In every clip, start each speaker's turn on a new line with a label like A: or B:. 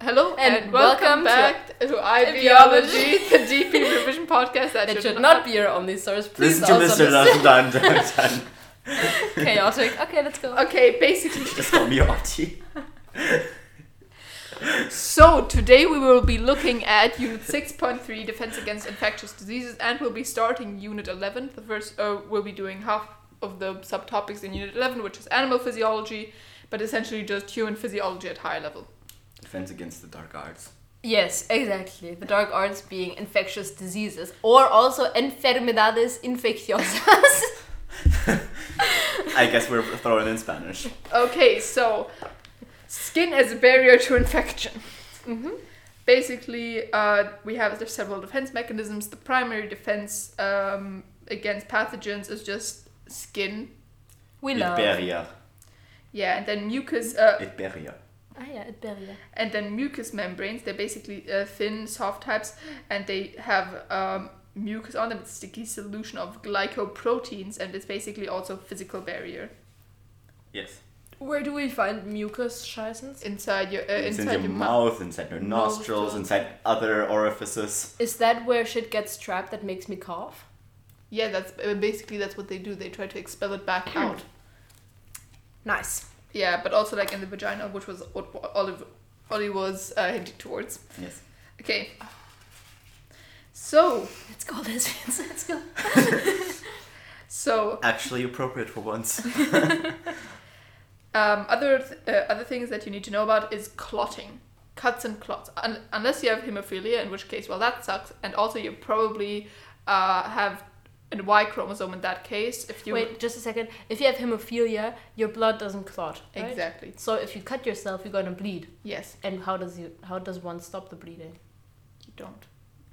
A: Hello
B: And
A: and, welcome,
B: welcome
A: back to, Ideology,
B: Ideology.
A: the DP revision podcast that
B: It should not be your only source. Please
C: Listen to
B: also
C: Mr. Dun Dun Dun Dun.
B: listen. Chaotic. Okay, let's go.
A: Okay, basically.
C: Just call me Archie.
A: So today we will be looking at Unit 6.3, Defense Against Infectious Diseases, and we'll be starting Unit 11. The first, uh, we'll be doing half of the subtopics in Unit 11, which is animal physiology, but essentially just human physiology at higher level.
C: Defense against the dark arts.
B: Yes, exactly. The dark arts being infectious diseases or also enfermedades infecciosas.
C: I guess we're throwing in Spanish.
A: Okay, so skin as a barrier to infection. Basically, uh, we have there's several defense mechanisms. The primary defense um, against pathogens is just skin.
B: We
C: it
B: love.
C: barrier.
A: Yeah, and then mucus. Uh,
C: It barrier.
B: Ah, yeah, it barrier.
A: and then mucous membranes. They're basically uh, thin, soft types, and they have um, mucus on them. It's sticky solution of glycoproteins, and it's basically also physical barrier
C: Yes.
B: Where do we find mucus scheißens?
A: inside your uh,
C: it's in
A: inside
C: your,
A: your mouth.
C: mouth, inside your nostrils,
B: Nostrils.
C: inside other orifices.
B: Is that where shit gets trapped that makes me cough?
A: Yeah, that's uh, basically that's what they do. They try to expel it back out.
B: Nice.
A: Yeah, but also like in the vagina, which was what Olive, Ollie was uh, hinting towards.
C: Yes.
A: Okay. So,
B: Let's go, lesbians. Let's go.
A: so
C: Actually appropriate for once.
A: um, other th- uh, other things that you need to know about is clotting, cuts and clots. Un- unless you have hemophilia, in which case, well, that sucks. And also, you probably uh, have a Y chromosome in that case. If you
B: Wait, just a second. If you have hemophilia, your blood doesn't clot. Right?
A: exactly
B: So if you cut yourself, you're gonna bleed.
A: yes,
B: And how does you how does one stop the bleeding?
A: you don't.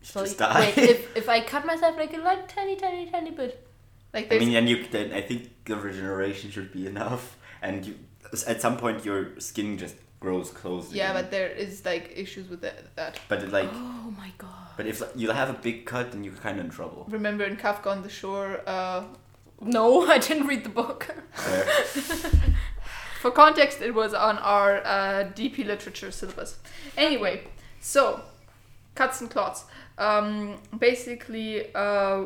B: So
C: Just
B: y-
C: die.
B: wait, if, if I cut myself like a like tiny tiny tiny bit,
A: Like
C: I
A: there's
C: mean, and you then I think the regeneration should be enough, and you at some point your skin just grows closed.
A: yeah,
C: again.
A: but there is like issues with that. that.
C: but it, like,
B: oh my god.
C: but if you have a big cut, then you're kind of in trouble.
A: Remember in Kafka on the Shore, uh,
B: No, I didn't read the book.
C: Where-
A: For context, it was on our uh, DP literature syllabus. Anyway, so cuts and clots. Um, basically, uh,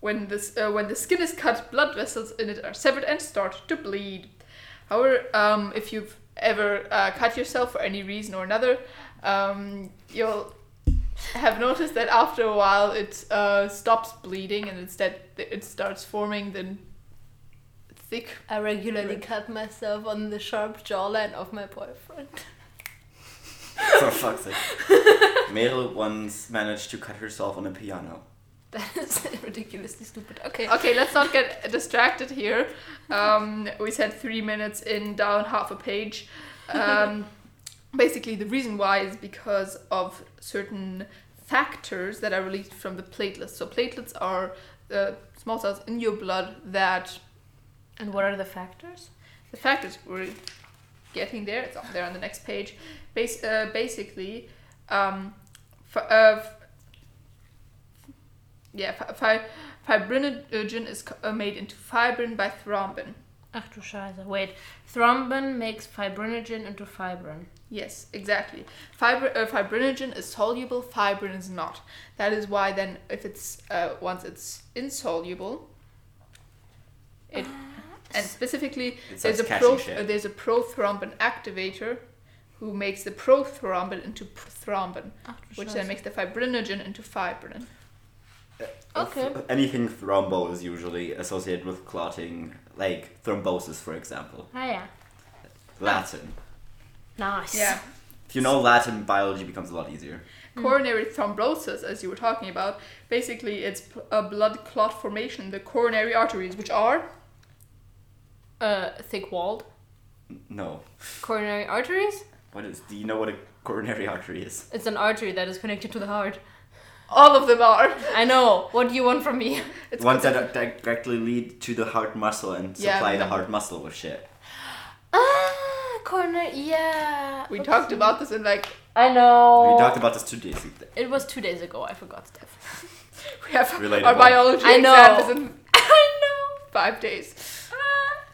A: when this uh, when the skin is cut, blood vessels in it are severed and start to bleed. However, um, if you've ever uh, cut yourself for any reason or another, um, you'll have noticed that after a while it uh, stops bleeding and instead it starts forming the thick
B: I regularly cut myself on the sharp jawline of my boyfriend.
C: For fuck's sake. Meryl once managed to cut herself on a piano.
B: That is ridiculously stupid. Okay.
A: Okay, let's not get distracted here. Um, we said three minutes in, down half a page. Um, basically, the reason why is because of certain factors that are released from the platelets. So, platelets are uh, small cells in your blood that
B: And what are the factors?
A: the factors we're getting there. It's up there on the next page. Bas- uh, basically, um, fi- uh, f- yeah, fi- fi- fibrinogen is co- uh, made into fibrin by thrombin.
B: Ach du Scheiße. Wait. Thrombin makes fibrinogen into fibrin.
A: Yes, exactly. Fibr- uh, fibrinogen is soluble, fibrin is not. That is why then, if it's uh, once it's insoluble, it and specifically
C: Ah. It
A: there's
C: starts
A: a
C: catching
A: pro
C: shit.
A: uh, there's a prothrombin activator, who makes the prothrombin into thrombin,
B: Ach du
A: which then makes the fibrinogen into fibrin.
B: Okay.
C: Anything thrombo is usually associated with clotting, like thrombosis, for example.
B: Ah yeah.
C: Latin.
B: Nice.
A: Yeah.
C: If you know Latin, biology becomes a lot easier.
A: coronary thrombosis, as you were talking about, basically it's p- a blood clot formation in the coronary arteries, which are
B: Uh, thick walled
C: N- No.
B: coronary arteries.
C: What is? Do you know what a coronary artery is?
B: It's an artery that is connected to the heart.
A: all of them are.
B: I know. What do you want from me?
A: It's
C: Ones that are directly lead to the heart muscle and
A: Yeah,
C: supply the
A: remember.
C: heart muscle with shit.
B: Ah, coronary. Yeah.
A: We talked about this in like
B: I know.
A: Oh.
C: We talked about this two days ago.
B: It was two days ago. I forgot stuff.
A: we have our
C: Relatable.
A: biology
B: I know.
A: exam is in
B: I know.
A: five days.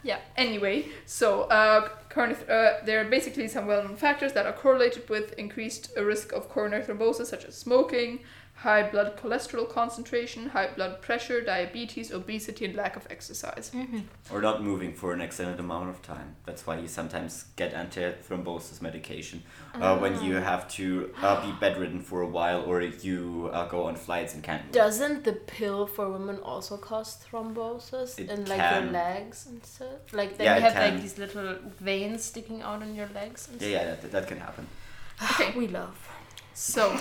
B: Yeah.
A: Anyway, so uh, Coronary th- uh, there are basically some well-known factors that are correlated with increased risk of coronary thrombosis, such as smoking, high blood cholesterol concentration, high blood pressure, diabetes, obesity, and lack of exercise.
B: Mm-hmm.
C: Or not moving for an extended amount of time. That's why you sometimes get antithrombosis medication uh, when
B: Ah.
C: you have to uh, be bedridden for a while or you uh, go on flights and can't move.
B: Doesn't the pill for women also cause thrombosis
C: It
B: in like
C: can.
B: your legs and stuff? Like then
C: Yeah,
B: you
C: it
B: have
C: can.
B: like these little veins sticking out on your legs and
C: yeah, yeah, that, that can happen.
B: stuff.
A: Okay.
B: We love.
A: So,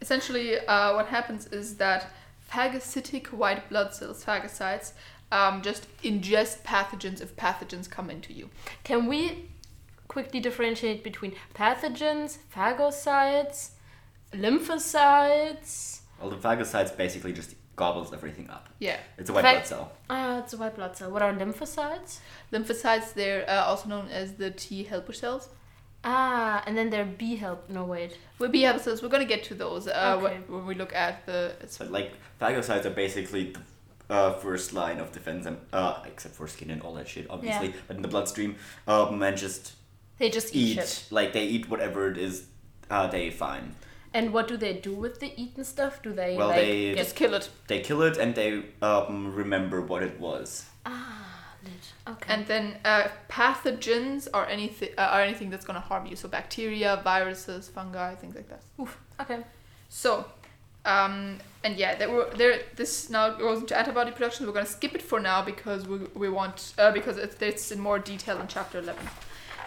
A: essentially, uh, what happens is that phagocytic white blood cells, phagocytes, um, just ingest pathogens if pathogens come into you.
B: Can we quickly differentiate between pathogens, phagocytes, lymphocytes?
C: Well, the phagocytes basically just gobbles everything up.
A: Yeah.
C: It's a white
B: Phag-
C: blood cell.
B: Ah, it's a white blood cell. What are lymphocytes?
A: Lymphocytes, they're uh, also known as the T helper cells.
B: Ah, and then there are B help. No wait.
A: Well, B helper cells, we're going to get to those uh,
B: Okay.
A: wh- when we look at the.
C: But like phagocytes are basically the uh, first line of defense, and, uh, except for skin and all that shit, obviously. But in the bloodstream, um, and just
B: They just eat,
C: eat
B: shit.
C: like they eat whatever it is uh, they find.
B: And what do they do with the eaten stuff? Do they
C: Well,
B: like
C: they
B: get
A: Just kill it.
C: They kill it and they um, remember what it was.
B: ah lit? Okay.
A: And then uh, pathogens are anything uh, are anything that's going to harm you. So bacteria, viruses, fungi, things like that.
B: Oof. Okay.
A: So, um, and yeah, there were there. This now goes into antibody production. We're gonna skip it for now because we, we want uh, because it's, it's in more detail in chapter eleven.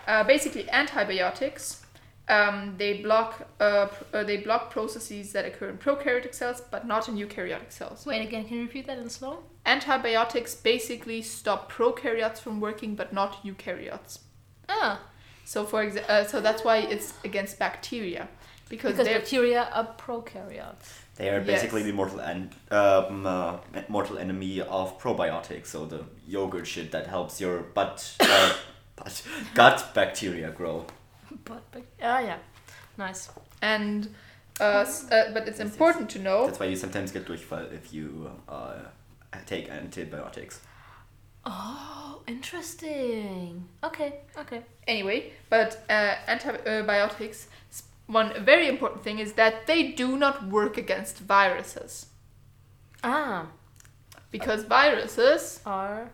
A: Uh, basically, antibiotics. Um, they block uh, pr- uh, they block processes that occur in prokaryotic cells, but not in eukaryotic cells.
B: Wait again. Can you repeat that in slow?
A: Antibiotics basically stop prokaryotes from working, but not eukaryotes.
B: Ah,
A: So for exa- uh, so that's why it's against bacteria because,
B: because
A: they're
B: bacteria are prokaryotes.
C: They are
A: Yes.
C: basically the mortal en- um, uh, mortal enemy of probiotics, so the yogurt shit that helps your butt, uh, butt gut bacteria grow.
B: But bac- ah yeah, nice.
A: and uh, s- uh, but it's
C: Yes, yes.
A: important to
B: Oh.
A: know
C: That's why you sometimes get Durchfall if you uh, take antibiotics.
B: Oh, interesting. Okay. Okay.
A: anyway but uh, antibiotics s- one very important thing is that they do not work against viruses
B: Ah,
A: because viruses
B: are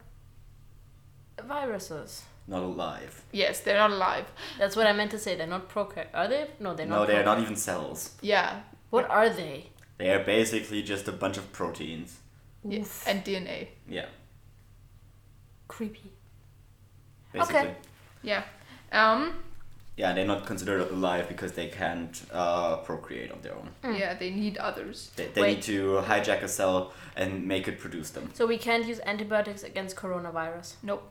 B: viruses.
C: Not alive.
A: yes they're not alive
B: That's what I meant to say. They're not procar. Are they? No, they're not.
C: no, they are
B: prokaryotes.
C: not even cells.
A: yeah
B: What are they?
C: They are basically just a bunch of proteins.
A: yeah,
B: Oof.
A: and dna
C: Yeah,
B: creepy.
C: basically.
A: yeah um
C: Yeah, they're not considered alive because they can't uh, procreate on their own.
A: yeah they need others
C: They, they
B: Wait.
C: need to hijack a cell and make it produce them.
B: So we can't use antibiotics against coronavirus.
A: nope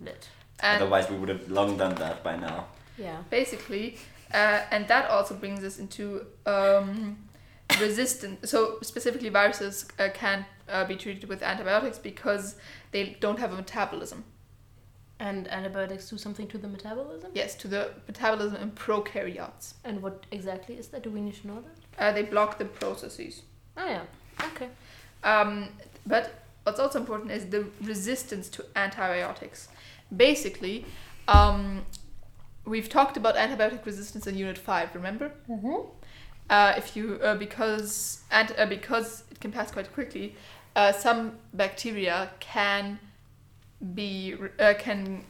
B: Lit.
A: and
C: Otherwise, we would have long done that by now.
B: Yeah.
A: basically uh, and that also brings us into um, resistance so specifically viruses uh, can't uh, be treated with antibiotics because they don't have a metabolism
B: And antibiotics do something to the metabolism?
A: yes to the metabolism in prokaryotes
B: And what exactly is that? Do we need to know that?
A: uh, they block the processes
B: Oh yeah. Okay.
A: um, but what's also important is the resistance to antibiotics basically um, we've talked about antibiotic resistance in unit 5 remember
B: Mm-hmm.
A: uh, if you uh, because and uh, because it can pass quite quickly, uh, some bacteria can be re- uh, can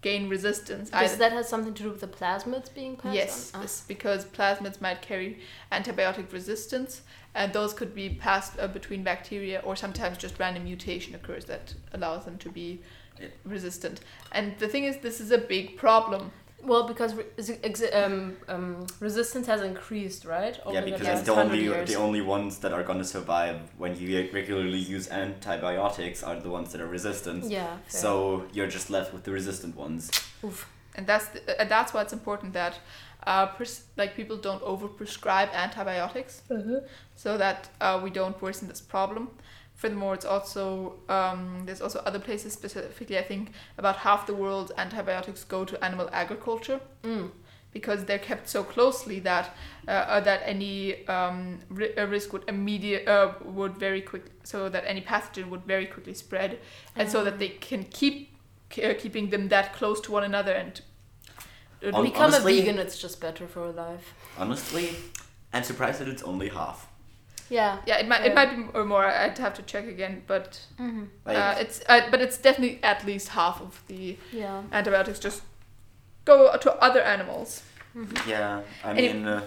A: gain resistance.
B: Because
A: either-
B: that has something to do with the plasmids being passed
A: yes,
B: on? Ah.
A: this- because plasmids might carry antibiotic resistance, and those could be passed uh, between bacteria, or sometimes just random mutation occurs that allows them to be
C: Yeah.
A: resistant. And the thing is, this is a big problem.
B: Well, because re- is- exi- um, um, resistance has increased, right?
A: Oh
C: yeah,
B: the
C: because
B: last
C: it's the
B: 100
C: only
B: years.
C: the only ones that are gonna survive when you regularly use antibiotics are the ones that are resistant.
B: Yeah. fair.
C: So you're just left with the resistant ones.
B: Oof.
A: and that's the, and that's why it's important that uh, pres- like people don't overprescribe antibiotics
B: Mm.
A: so that uh, we don't worsen this problem. Furthermore, it's also um, there's also other places specifically I think about half the world's antibiotics go to animal agriculture
B: Mm.
A: because they're kept so closely that uh, uh, that any um, ri- uh, risk would immediate uh, would very quick so that any pathogen would very quickly spread and so that they can keep ke- uh, keeping them that close to one another and uh,
C: Hon-
B: Become
C: honestly-
B: a vegan, it's just better for life.
C: Honestly, I'm surprised that it's only half.
B: Yeah.
A: yeah, it might
B: Yeah.
A: it might be m- or more. I'd have to check again, but
B: Mm-hmm.
C: Like,
A: uh, it's uh, but it's definitely at least half of the
B: Yeah.
A: antibiotics just go to other animals.
C: yeah, I
A: Any-
C: mean, uh,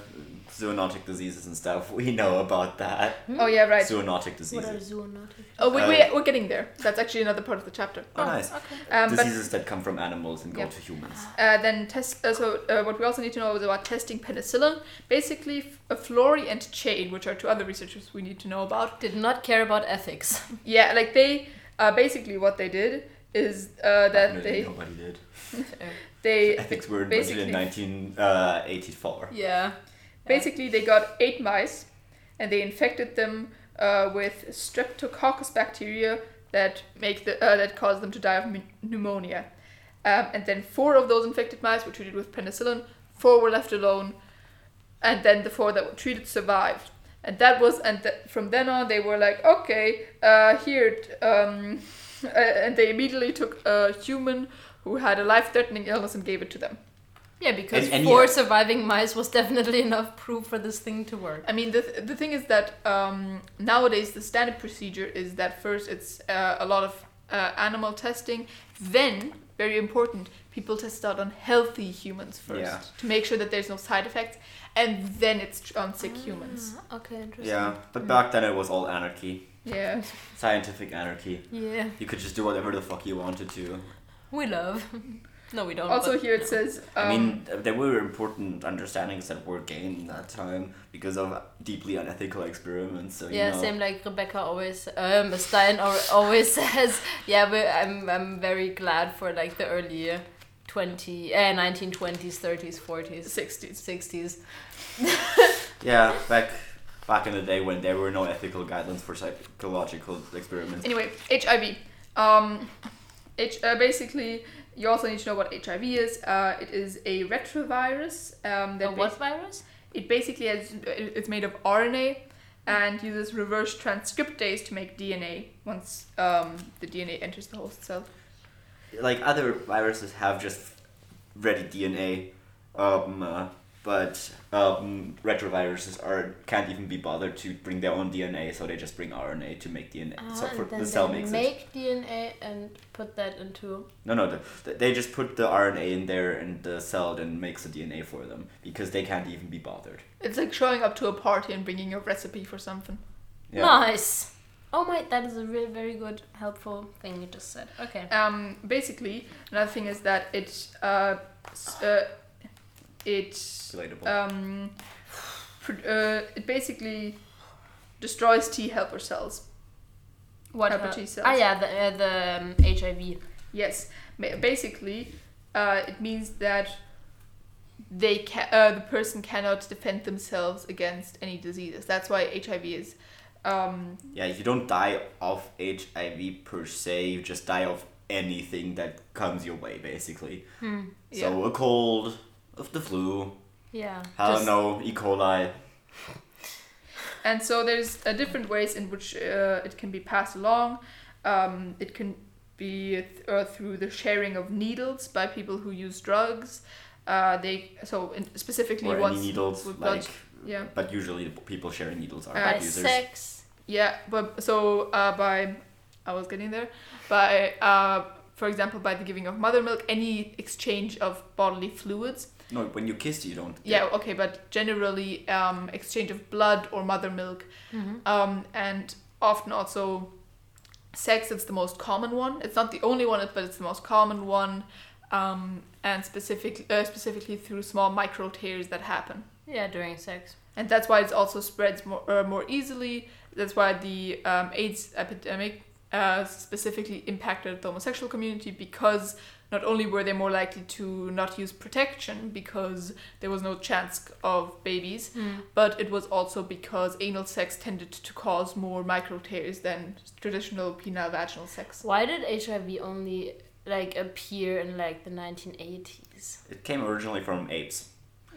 C: zoonotic diseases and stuff. We know about that.
A: Oh yeah, right.
C: Zoonotic diseases.
B: zoonotic?
A: oh, we,
C: uh,
A: we we're getting there. That's actually another part of the chapter.
C: Oh, nice.
A: Um, but
C: diseases that come from animals and go
A: Yep.
C: to humans.
A: Uh, then test. Uh, so uh, what we also need to know is about testing penicillin. Basically, f- uh, Flory and Chain, which are two other researchers we need to know about.
B: Did not care about ethics.
A: Yeah, like they uh, basically what they did is uh, that
C: Definitely
A: they
C: Nobody did.
A: they
C: Ethics were invented
A: basically
C: in uh, 1984.
B: yeah.
A: basically they got eight mice, and they infected them uh, with streptococcus bacteria that make the uh, that cause them to die of m- pneumonia. Um, and then four of those infected mice were treated with penicillin. Four were left alone, and then the four that were treated survived. And that was and th- from then on they were like okay uh, here t- um, uh, and they immediately took a human who had a life-threatening illness and gave it to them.
B: Yeah, because
C: And- and
B: four
C: yeah.
B: surviving mice was definitely enough proof for this thing to work.
A: I mean, the, th- the thing is that um, nowadays the standard procedure is that first it's uh, a lot of uh, animal testing, then, very important, people test out on healthy humans first
C: Yeah.
A: to make sure that there's no side effects, and then it's tr- on
B: Ah.
A: sick humans.
B: Okay, interesting.
C: Yeah, but back then it was all anarchy.
A: Yeah.
C: Scientific anarchy.
B: Yeah.
C: You could just do whatever the fuck you wanted to.
B: We love. no, we don't.
A: Also,
B: Oh, but-
A: here it says. Um,
C: I mean, there were important understandings that were gained in that time because of deeply unethical experiments. So, you
B: Yeah,
C: know,
B: same like Rebecca always, um, Stein al- always says. Yeah, we, I'm, I'm very glad for like the early 20, uh, 1920s, 30s, 40s,
A: 60s.
B: 60s.
C: Yeah, back back in the day when there were no ethical guidelines for psychological experiments.
A: Anyway, HIV. Um, H- uh, basically, you also need to know what HIV is. Uh, it is a retrovirus. Um, that
B: A Oh, what virus?
A: It basically has, it's made of RNA and uses reverse transcriptase to make DNA once um, the DNA enters the host cell.
C: Like other viruses have just ready DNA, um, uh, but um, retroviruses are can't even be bothered to bring their own DNA, so they just bring RNA to make DNA.
B: Ah,
C: so for, the cell makes it.
B: DNA and put that into.
C: No, no, the, they just put the RNA in there and the cell then makes the DNA for them because they can't even be bothered.
A: It's like showing up to a party and bringing a recipe for something.
C: Yeah.
B: Nice. Oh my, that is a really very good helpful thing you just said. Okay.
A: Um, basically, another thing is that it, uh, s- uh, it,
C: Relatable.
A: um, pr- uh, it basically destroys T helper cells.
B: What?
A: Helper
B: hel-
A: T cells.
B: Ah yeah, the uh, the um, HIV.
A: Yes, Ma- basically, uh, it means that they ca- uh, the person cannot defend themselves against any diseases. That's why HIV is. Um,
C: Yeah, you don't die of HIV per se, you just die of anything that comes your way, basically. So a cold, of the flu,
B: Yeah.
C: hell
B: Just-
C: no, E. coli.
A: and so there's uh, different ways in which uh, it can be passed along. Um, it can be th- uh, through the sharing of needles by people who use drugs. Uh, they so in, specifically
C: Or
A: once
C: any needles,
A: with blood-
C: like,
A: yeah.
C: but usually the people sharing needles are
A: Uh,
B: By
C: drug users.
B: sex.
A: Yeah, but so uh, by I was getting there by uh, for example by the giving of mother milk, any exchange of bodily fluids.
C: No, when you kiss, you don't.
A: Yeah, okay, but generally um, exchange of blood or mother milk,
B: Mm-hmm.
A: um, and often also sex. It's the most common one. It's not the only one, but it's the most common one. Um, and specific, uh, specifically through small micro tears that happen
B: Yeah, during sex.
A: and that's why it also spreads more uh, more easily. That's why the um, AIDS epidemic uh, specifically impacted the homosexual community because not only were they more likely to not use protection because there was no chance of babies,
B: Mm.
A: but it was also because anal sex tended to cause more micro tears than traditional penile vaginal sex.
B: Why did HIV only like appear in like the 1980s?
C: It came originally from apes.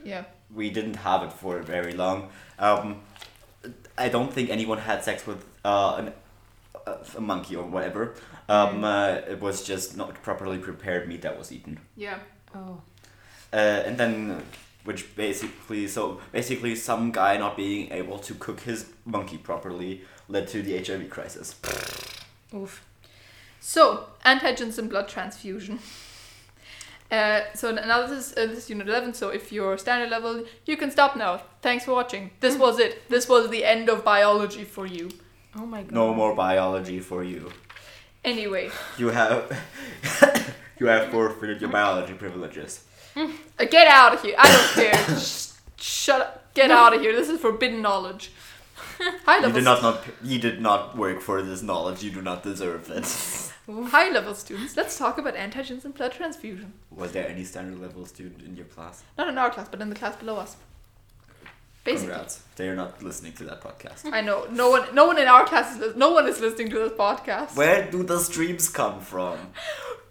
A: Yeah.
C: we didn't have it for very long. Um, I don't think anyone had sex with uh, an uh, a monkey or whatever.
A: Mm.
C: Um, uh, it was just not properly prepared meat that was eaten.
A: Yeah.
B: Oh.
C: Uh, and then, which basically, so basically, some guy not being able to cook his monkey properly led to the HIV crisis.
B: Oof.
A: So, antigens and blood transfusion. Uh, so n- now this is, uh, this is unit 11, so if you're standard level, you can stop now. Thanks for watching. This was it. This was the end of biology for you.
B: Oh my god.
C: No more biology for you.
A: Anyway,
C: You have, you have forfeited your biology privileges.
A: uh, get out of here. I don't care. Sh- shut up. Get out of here. This is forbidden knowledge. High
C: You
A: level,
C: did not, not you did not work for this knowledge. You do not deserve it.
A: high level students, let's talk about antigens and blood transfusion.
C: Was there any standard level student in your class?
A: Not in our class, but in the class below us. Basically.
C: Congrats. They are not listening to that podcast.
A: I know. No one no one in our class is lis- no one is listening to this podcast.
C: Where do the streams come from?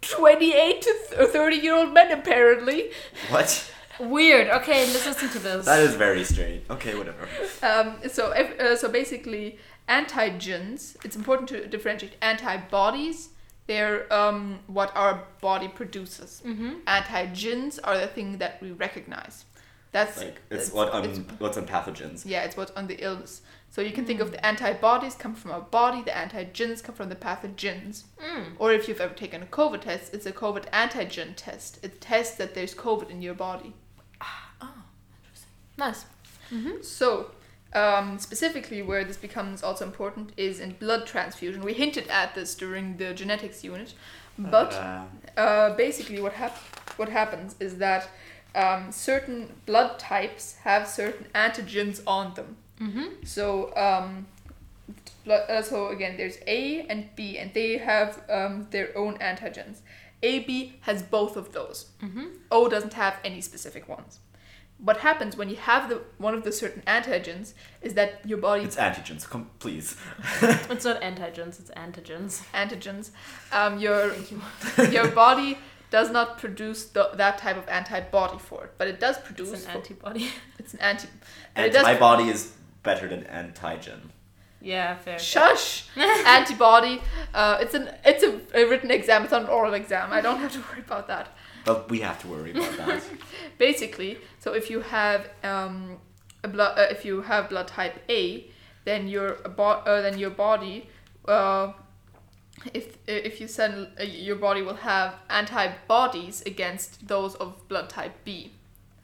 A: 28 to th- or 30 year old men apparently
C: What?
B: Weird. Okay, let's listen to this.
C: That is very strange. Okay, whatever.
A: um, so ev- uh, so basically antigens it's important to differentiate antibodies they're um, what our body produces
B: Mm-hmm.
A: antigens are the thing that we recognize that's
C: Like it's what on
A: it's-
C: what's on pathogens.
A: yeah it's what's on the illness so you can think of the antibodies come from our body the antigens come from the pathogens
B: Mm.
A: or if you've ever taken a covid test it's a covid antigen test it tests that there's covid in your body
B: Nice.
A: Mm-hmm. So, um, specifically, where this becomes also important is in blood transfusion. We hinted at this during the genetics unit, but
C: Uh,
A: uh, basically, what hap- what happens is that um, certain blood types have certain antigens on them.
B: Mm-hmm.
A: So, um, blo- uh, so again, there's A and B, and they have um, their own antigens. AB has both of those.
B: Mm-hmm.
A: O doesn't have any specific ones. What happens when you have the one of the certain antigens is that your body
C: it's antigens. Come, please.
B: It's not antigens. It's antigens.
A: antigens, um, your your body does not produce the, that type of antibody for it, but it does produce
B: It's an
A: for-
B: antibody.
A: it's an anti. but it
C: And
A: does-
C: my body is better than antigen.
B: yeah. Fair.
A: Shush! antibody. Uh, it's an it's a, a written exam. It's not an oral exam. I don't have to worry about that.
C: But we have to worry about that.
A: basically so if you have um, a blood uh, if you have blood type A then your bo- uh, then your body uh, if if you send uh, your body will have antibodies against those of blood type B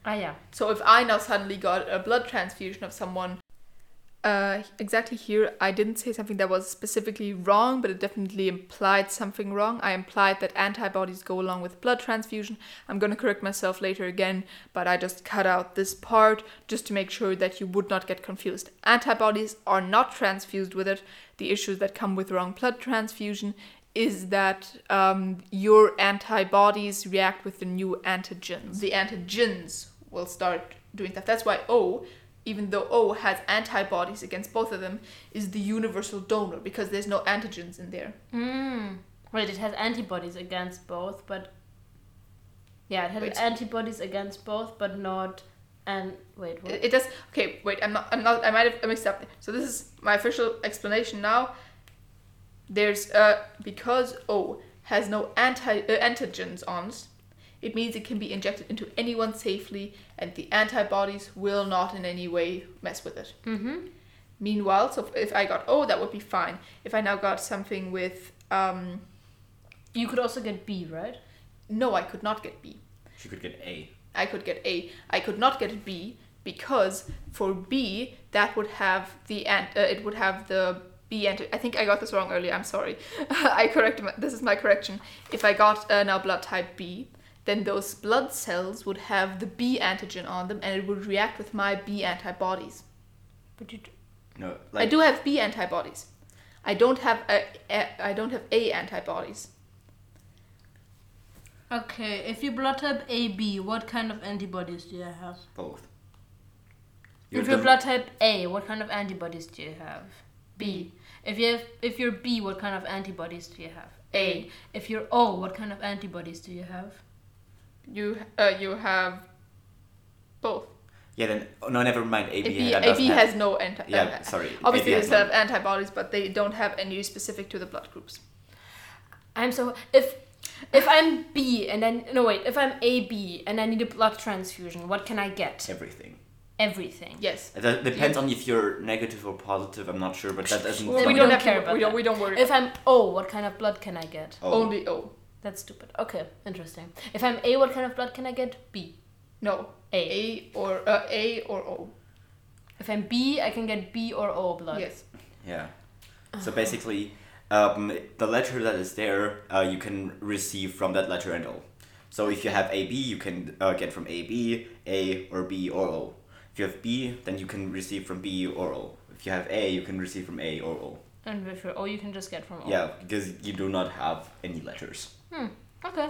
B: Ah yeah.
A: so if I now suddenly got a blood transfusion of someone uh, exactly here, I didn't say something that was specifically wrong, but it definitely implied something wrong. I implied that antibodies go along with blood transfusion. I'm going to correct myself later again, but I just cut out this part just to make sure that you would not get confused. Antibodies are not transfused with it. The issues that come with wrong blood transfusion is that um, your antibodies react with the new antigens. The antigens will start doing stuff. That's why O even though O has antibodies against both of them, is the universal donor because there's no antigens in there.
B: Mm. Wait, it has antibodies against both, but yeah, it has
A: Wait.
B: antibodies against both, but not and wait, what?
A: It, it does. Okay, wait. I'm not. I'm not. I might have mixed up. So this is my official explanation now. There's uh because O has no anti uh, antigens on it, it means it can be injected into anyone safely, and the antibodies will not in any way mess with it.
B: mm-hmm.
A: Meanwhile, so if I got O, that would be fine. If I now got something with um
B: You could also get B, right?
A: no, I could not get B.
C: She could get A.
A: I could get A. I could not get B because for B that would have the ant. Uh, it would have the B anti. I think I got this wrong earlier. I'm sorry. I corrected. My, this is my correction. If I got uh, now blood type B, then those blood cells would have the B antigen on them, and it would react with my B antibodies.
B: But you d-
C: No,
A: I do have B antibodies. I don't have a, a, I don't have A antibodies.
B: okay. If you blood type AB, what kind of antibodies do you have?
C: both.
B: if
C: the-
B: you're blood type A, what kind of antibodies do you have? B. If you have, if you're B, what kind of antibodies do you have?
A: A.
B: If you're O, what kind of antibodies do you have?
A: You uh, you have both.
C: Yeah, then oh, no, never mind. AB,
A: AB,
C: that
A: AB
C: doesn't
A: has no anti.
C: Yeah,
A: uh,
C: sorry.
A: obviously, they
C: AB has
A: still
C: none.
A: have antibodies, but they don't have any specific to the blood groups.
B: I'm so if if I'm B and then no wait if I'm AB and I need a blood transfusion, what can I get?
C: everything.
B: Everything.
A: Yes.
C: It does- depends on if you're negative or positive. I'm not sure, but that doesn't.
A: Well, we
B: we
C: count.
A: don't
B: don't
A: have
B: care
A: to,
B: about
A: we don't,
B: that.
A: we don't worry.
B: If I'm O, what kind of blood can I get?
C: Oh,
A: Only O.
B: That's stupid. Okay, interesting. If I'm A, what kind of blood can I get? B.
A: No.
B: A.
A: A or uh, A or O.
B: If I'm B, I can get B or O blood.
A: Yes.
C: Yeah.
A: Uh-huh.
C: So basically, um, the letter that is there, uh, you can receive from that letter and O. So if you have AB, you can uh, get from AB, A, or B, or O. If you have B, then you can receive from B or O. If you have A, you can receive from A or O.
B: And if you're O, you can just get from O.
C: Yeah, because you do not have any letters.
B: Okay.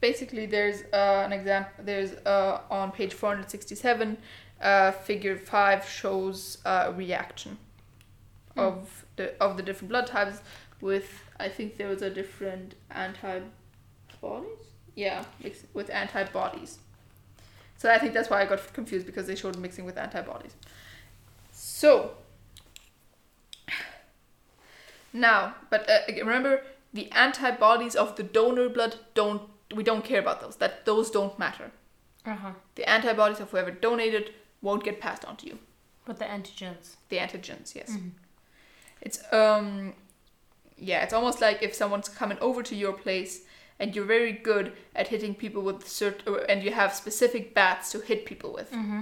A: Basically, there's uh, an example. There's uh, on page 467, uh, figure 5 shows uh, reaction of the of the different blood types with, I think there was a different antibodies? Yeah, mix- with antibodies. So I think that's why I got confused because they showed mixing with antibodies. So now, but uh, ag- remember the antibodies of the donor blood don't we don't care about those. That those don't matter.
B: Uh huh.
A: The antibodies of whoever donated won't get passed on to you.
B: But the antigens. Mm-hmm.
A: The antigens, yes.
B: Mm.
A: It's um yeah, it's almost like if someone's coming over to your place and you're very good at hitting people with certain and you have specific bats to hit people with.
B: Mm. Mm-hmm.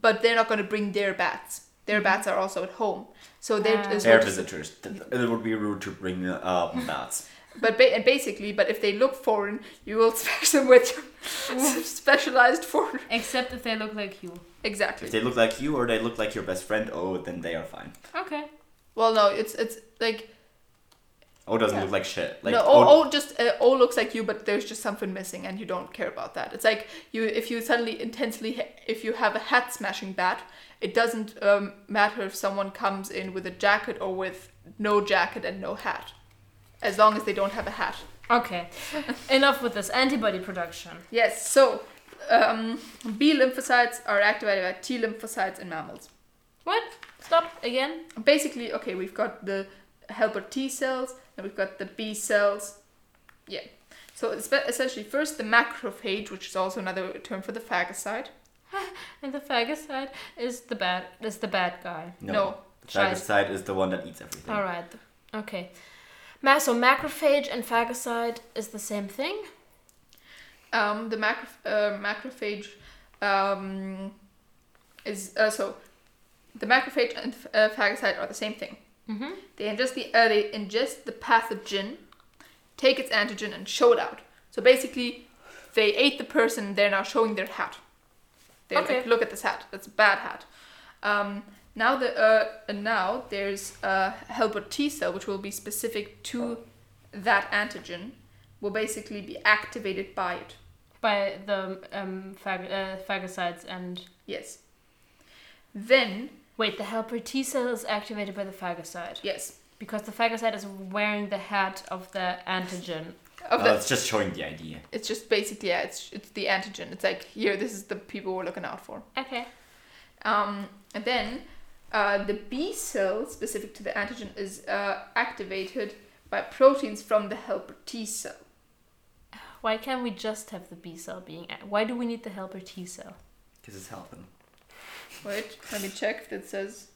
A: But they're not going to bring their bats. Their bats are also at home. So they're
B: Ah.
A: is
C: Air
A: what-
C: visitors. Th- th- It would be rude to bring uh, bats.
A: But ba- and basically, but if they look foreign, you will smash them with your specialized foreign.
B: Except if they look like you.
A: Exactly.
C: If they look like you or they look like your best friend, oh, then they are fine.
B: Okay.
A: Well, no, it's it's like,
C: O Oh, doesn't
A: Yeah.
C: look like shit. Like oh,
A: no.
C: O-
A: O, o just uh, O looks like you, but there's just something missing, and you don't care about that. It's like you if you suddenly intensely ha- if you have a hat smashing bat, it doesn't um, matter if someone comes in with a jacket or with no jacket and no hat, as long as they don't have a hat.
B: Okay. Enough with this antibody production.
A: Yes, so um, B lymphocytes are activated by T lymphocytes in mammals.
B: What? Stop again.
A: basically okay we've got the helper t cells and we've got the b cells yeah so it's be- essentially first the macrophage which is also another term for the phagocyte
B: And the phagocyte is the bad is the bad guy.
A: no,
C: The phagocyte is the one that eats everything.
B: All right. Okay. Ma- so macrophage and phagocyte is the same thing.
A: Um, the macro- uh, macrophage um, is uh, so the macrophage and uh, phagocyte are the same thing
B: Mm-hmm.
A: they ingest the uh, they ingest the pathogen take its antigen and show it out so basically they ate the person they're now showing their hat they're
B: Okay.
A: like look at this hat that's a bad hat um, now the uh, and now there's a helper t cell which will be specific to that antigen will basically be activated by it
B: By the um, phag- uh, phagocytes and
A: yes then
B: wait, the helper T cell is activated by the phagocyte
A: yes
B: because the phagocyte is wearing the hat of the antigen.
A: of
C: No,
A: the,
C: Oh, it's just showing the idea.
A: it's just basically yeah it's it's the antigen it's like here this is the people we're looking out for
B: Okay.
A: Um, and then uh, the B cell specific to the antigen is uh, activated by proteins from the helper T cell.
B: Why can't we just have the B cell being? act- Why do we need the helper T cell?
C: Because it's helping.
A: Wait, let me check if it says.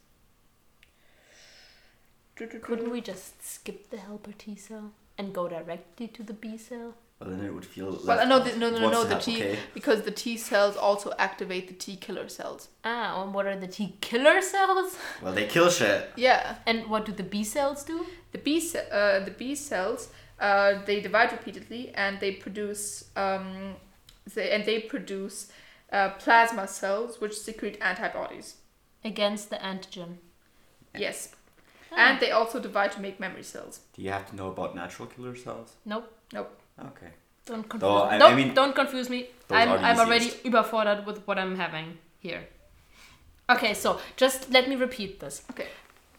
B: Couldn't we just skip the helper T cell and go directly to the B cell?
C: Well, then it would feel.
A: Well,
C: less
A: I know
C: help-
A: the, no, no, no,
C: what's
A: no. The
C: help,
A: T
C: okay?
A: because the T cells also activate the T killer cells.
B: Ah, and what are the T killer cells?
C: Well, they kill shit.
A: Yeah,
B: And what do the B cells do?
A: the B ce- uh, the B cells uh, they divide repeatedly and they produce um, they, and they produce uh, plasma cells which secrete antibodies.
B: Against the antigen.
A: Yes,
B: Ah.
A: And they also divide to make memory cells.
C: Do you have to know about natural killer cells?
B: nope.
C: Okay.
B: Don't confuse
C: Though,
B: me.
C: Oh, I- I
B: nope,
C: mean-
B: don't confuse me.
C: Those
B: I'm,
C: are the
B: I'm already
C: easiest.
B: überfordert with what I'm having here. Okay, so just let me repeat this.
A: Okay.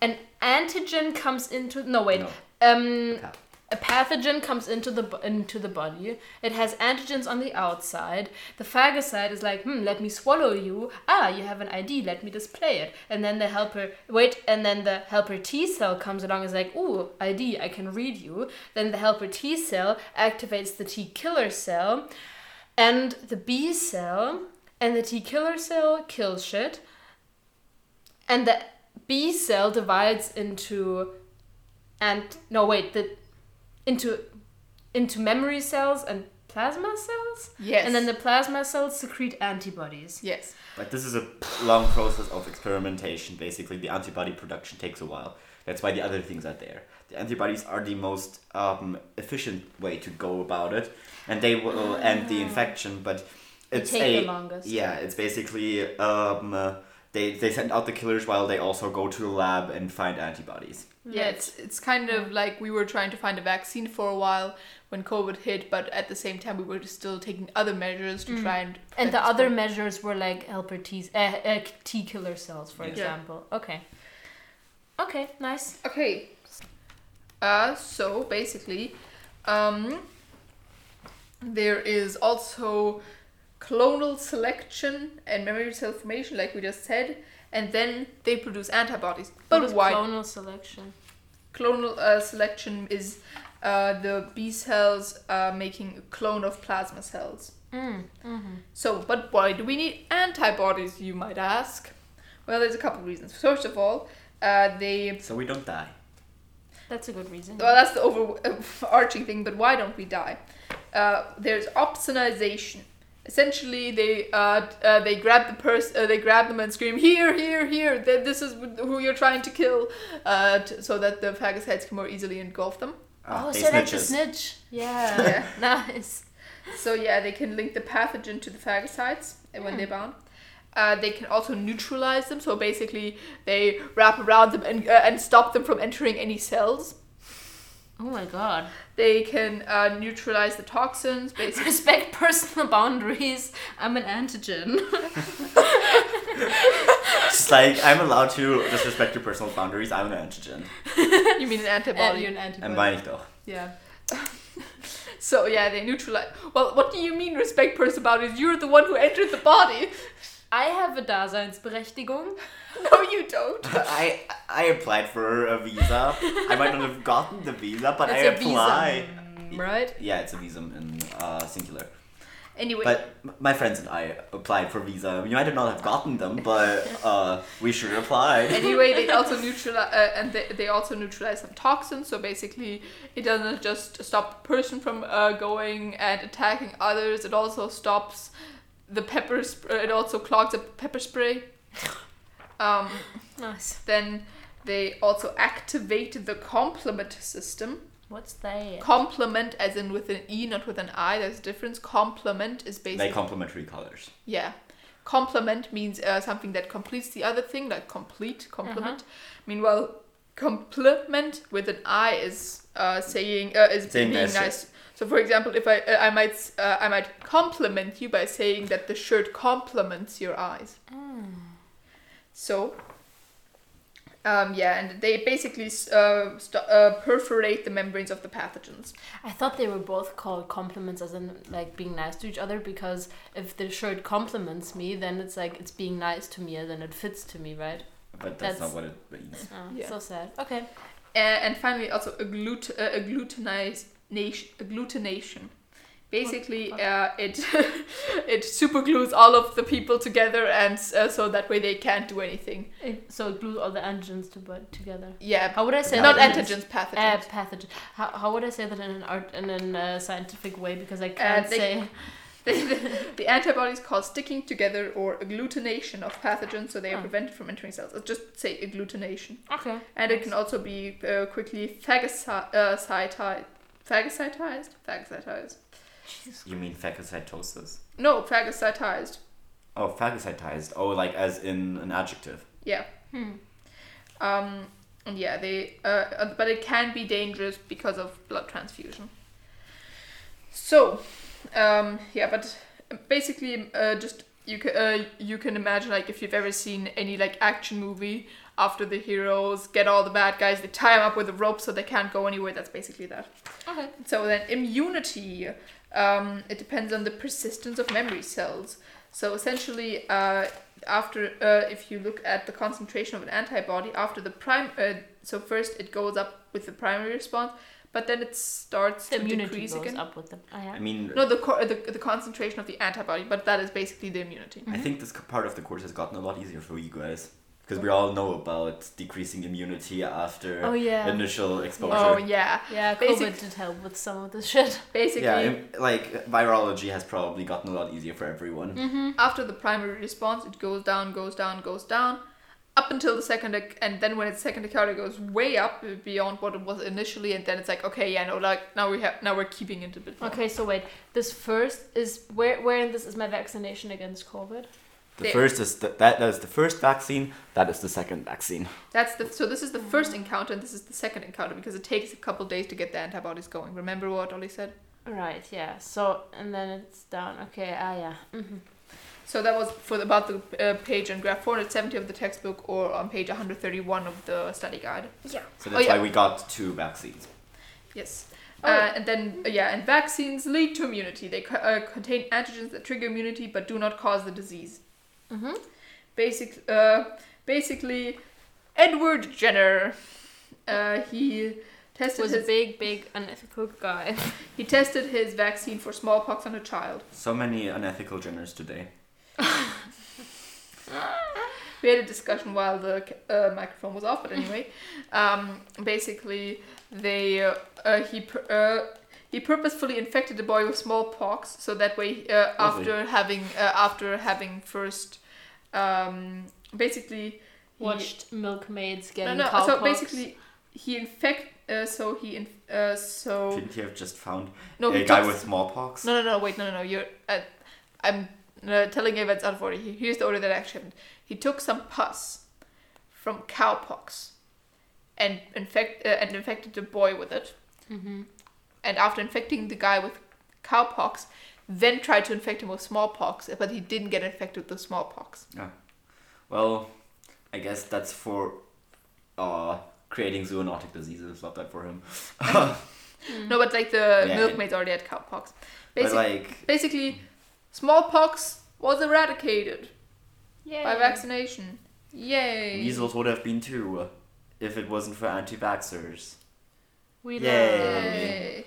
B: An antigen comes into no wait.
C: No.
B: Um
C: Cap.
B: a pathogen comes into the bo- into the body. It has antigens on the outside. The phagocyte is like, hmm, let me swallow you. Ah, you have an ID. Let me display it. And then the helper wait, and then the helper T cell comes along. and Is like, ooh, ID. I can read you. Then the helper T cell activates the T killer cell, and the B cell, and the T killer cell kills shit. And the B cell divides into, and no wait, the into into memory cells and plasma cells
A: Yes.
B: and then the plasma cells secrete antibodies
A: yes.
C: But this is a long process of experimentation. Basically, the antibody production takes a while. That's why the other things are there. The antibodies are the most um, efficient way to go about it, and they will end the infection. But it's
B: Ah. take
C: a
B: the longest.
C: yeah. It's basically um, uh, they they send out the killers while they also go to the lab and find antibodies.
A: Yeah, it's it's kind of like we were trying to find a vaccine for a while when COVID hit, but at the same time we were still taking other measures to try and
B: and
A: prevent
B: the
A: it
B: other
A: from-
B: measures were like helper T uh, uh, T killer cells for
C: Yeah.
B: example okay okay nice
A: Okay. Uh, so basically, um, there is also clonal selection and memory cell formation, like we just said, and then they produce antibodies.
B: What
A: But
B: is
A: why?
B: clonal selection
A: Clonal uh, selection is uh, the B cells uh, making a clone of plasma cells.
B: mm. mm-hmm.
A: So, but why do we need antibodies, you might ask? Well, there's a couple reasons. First of all, uh, they
C: So we don't die.
B: that's a good reason
A: Well, that's the overarching thing, but why don't we die? Uh, there's opsonization. Essentially, they uh, d- uh, they grab the person, uh, they grab them and scream, "Here, here, here! Th- This is who you're trying to kill," uh, t- so that the phagocytes can more easily engulf them.
C: Ah,
B: oh
C: they
B: so that's a
C: snitches.
B: snitch yeah
A: Yeah.
B: nice
A: So yeah, they can link the pathogen to the phagocytes when they're bound. Uh, they can also neutralize them, so basically they wrap around them and, uh, and stop them from entering any cells.
B: oh my god
A: They can uh, neutralize the toxins, basically.
B: respect personal boundaries I'm an antigen
C: It's like I'm allowed to disrespect your personal boundaries. I'm an antigen.
A: you mean an
B: and
A: antibody?
B: you're an antibody
C: And mine though.
A: Yeah. so yeah, they neutralize. Well, what do you mean respect person boundaries? You're the one who entered the body.
B: I have a Daseinsberechtigung
A: No, you don't.
C: I I applied for a visa. I might not have gotten the visa, but I
B: That's a visa,
C: applied.
B: right
C: Yeah, it's a visa in uh, singular.
A: Anyway,
C: But m- my friends and I applied for visa. You might not have gotten them, but uh, we sure applied.
A: anyway, they also neutralize uh, and they, they also neutralize some toxins. So basically, it doesn't just stop the person from uh, going and attacking others. It also stops the pepper. Sp- uh, it also clogs up pepper spray. Um,
B: nice
A: then they also activate the complement system.
B: What's that?
A: Complement, as in with an E, not with an I. There's a difference. Complement is basically
C: They complementary colors.
A: yeah. Complement means uh, something that completes the other thing, like complete, complement. Meanwhile, complement with an I is uh, saying uh, is
C: Saying
A: being
C: nice.
A: nice. So, for example, if I uh, I might s- uh, I might compliment you by saying that the shirt complements your eyes. So, um, yeah, and they basically s- uh, st- uh, perforate the membranes of the pathogens.
B: I thought they were both called compliments, as in like being nice to each other. Because if the shirt compliments me, then it's like it's being nice to me, and then it fits to me, right?
C: But
B: That's-
C: that's, not what it means.
B: Oh,
A: Yeah.
B: So sad. Okay.
A: Uh, and finally, also agglut- uh, agglutinization. agglutination. Basically,
B: fuck?
A: uh, it it superglues all of the people together, and uh, so that way they can't do anything.
B: So it glues all the antigens to but together.
A: Yeah,
B: How would I say
A: not
B: that?
A: antigens, pathogens.
B: Uh, pathogen. How, how would I say that in an art in an uh, scientific way? Because I can't
A: they-
B: say.
A: the antibodies cause sticking together or agglutination of pathogens, so they are
B: Oh.
A: prevented from entering cells. Let's just say agglutination,
B: Okay.
A: and it can also be uh, quickly phagocytized. Uh, phagocytized. Phagocytized.
C: You mean phagocytosis?
A: No, phagocytized.
C: Oh, phagocytized. Oh, like as in an adjective.
A: Yeah.
B: Hmm.
A: Um, and yeah, they. Uh, uh, but it can be dangerous because of blood transfusion. So, um, yeah, but basically, uh, just you can uh, you can imagine like if you've ever seen any like action movie after the heroes get all the bad guys they tie them up with a rope so they can't go anywhere that's basically that
B: Okay.
A: so then immunity um, it depends on the persistence of memory cells so essentially uh, after uh, if you look at the concentration of an antibody after the prime uh, so first it goes up with the primary response but then it starts
B: The
A: to
B: immunity
A: decrease
B: goes
A: again
B: up with them. Oh, yeah.
C: I mean,
A: no the, co- the the concentration of the antibody but that is basically the immunity
B: mm-hmm.
C: I think this part of the course has gotten a lot easier for you guys because we all know about decreasing immunity after
B: Mm-hmm. Oh, yeah.
C: initial exposure.
A: oh yeah
B: Yeah,
A: Basic-
B: COVID did help with some of the shit.
A: basically
C: Yeah, im- like virology has probably gotten a lot easier for everyone.
A: Mm.
B: Mm-hmm.
A: after the primary response it goes down goes down goes down up until the second ac- and then when it's second account it goes way up uh, beyond what it was initially and then it's like okay yeah no like now we have now we're keeping it a bit more.
B: Okay, so wait. This first is where where in this is my vaccination against COVID?
C: The
A: There-
C: first is th- that that is the first vaccine. That is the second vaccine.
A: that's the so this is the first encounter and this is the second encounter because it takes a couple days to get the antibodies going remember what ollie said
B: Right. Yeah. So and then it's down. Okay. Ah. Yeah. hmm
A: so that was for the, about the uh, page on graph 470 of the textbook or on page 131 of the study guide
B: Yeah.
A: Oh,
C: So that's
A: yeah.
C: why we got two vaccines.
A: Yes.
B: Oh.
A: Uh, and then, uh, yeah, and vaccines lead to immunity. They co- uh, contain antigens that trigger immunity but do not cause the disease.
B: Mhm.
A: Basic, uh, basically, Edward Jenner, uh, he tested
B: Was a
A: his,
B: big, big unethical guy.
A: he tested his vaccine for smallpox on a child.
C: So many unethical genders today.
A: We had a discussion while the c- uh, microphone was off, but anyway, um, basically, they uh, uh, he. Pr- uh, he purposefully infected the boy with smallpox, so that way, uh,
C: Lovely.
A: after having uh, after having first, um, basically, he-
B: Watched milkmaids
A: no,
B: getting
A: no.
B: cowpox.
A: So basically, he infect. Uh, so he in. Uh, so
C: Couldn't you have just found
A: no, he
C: a guy
A: took-
C: with smallpox?
A: no, no, no, wait, no, no, no. You're, uh, I'm uh, telling you that's out of order. He- Here's the order that actually happened. He took some pus from cowpox, and infect uh, and infected the boy with it.
B: Mhm.
A: And after infecting the guy with cowpox, then tried to infect him with smallpox, but he didn't get infected with smallpox.
C: Well, I guess that's for uh, creating zoonotic diseases. Love that for him.
A: No, but like the
C: Yeah.
A: milkmaids already had cowpox.
C: But
A: Basic-
C: like,
A: basically, smallpox was eradicated
B: Yay.
A: by vaccination. Yay!
C: measles would have been too if it wasn't for anti-vaxxers.
B: We
C: Yay.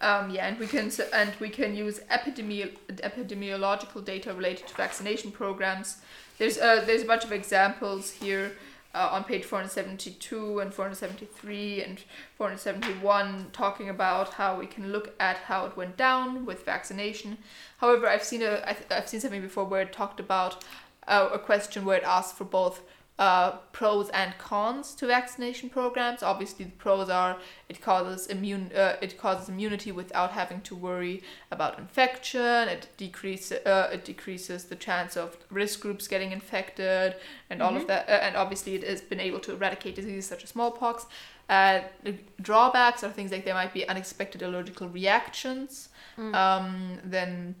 A: Um, yeah, and we can s- and we can use epidemi- epidemiological data related to vaccination programs. There's uh, there's a bunch of examples here uh, on page 472 and 473 and 471 talking about how we can look at how it went down with vaccination. However, I've seen a I th- I've seen something before where it talked about uh, a question where it asked for both uh, pros and cons to vaccination programs. Obviously, the pros are it causes immune uh, it causes immunity without having to worry about infection. It decrease uh, it decreases the chance of risk groups getting infected and all of that. Uh, and obviously, it has been able to eradicate diseases such as smallpox. Uh, the drawbacks are things like there might be unexpected allergical reactions.
B: Mm.
A: Um, then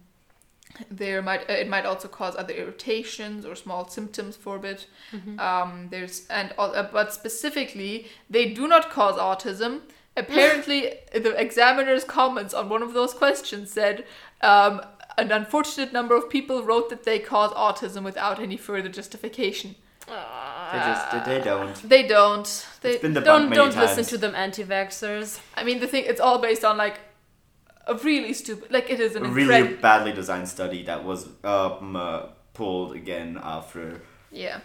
A: there might uh, it might also cause other irritations or small symptoms for a bit.
B: Mhm.
A: Um, there's and al- uh, but specifically, they do not cause autism. Apparently, the examiner's comments on one of those questions said um, an unfortunate number of people wrote that they cause autism without any further justification.
C: They just
A: Ah.
C: they don't.
A: They don't. They
C: It's been debunked
B: Ah. Don't
C: many
B: don't
C: times.
B: listen to them anti-vaxxers.
A: I mean, the thing it's all based on like a really stupid. Like it is
C: a
A: an
C: really
A: incredible.
C: badly designed study that was um, uh, pulled again after
A: Yeah.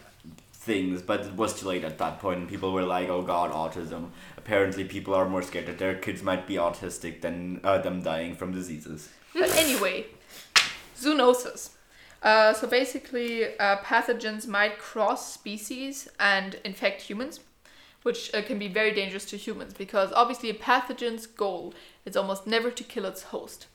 C: things, but it was too late at that point, and people were like, "Oh God, autism." Apparently, people are more scared that their kids might be autistic than uh, them dying from diseases.
A: But anyway, zoonosis. Uh, so basically, uh, pathogens might cross species and infect humans, which uh, can be very dangerous to humans because obviously a pathogen's goal is almost never to kill its host.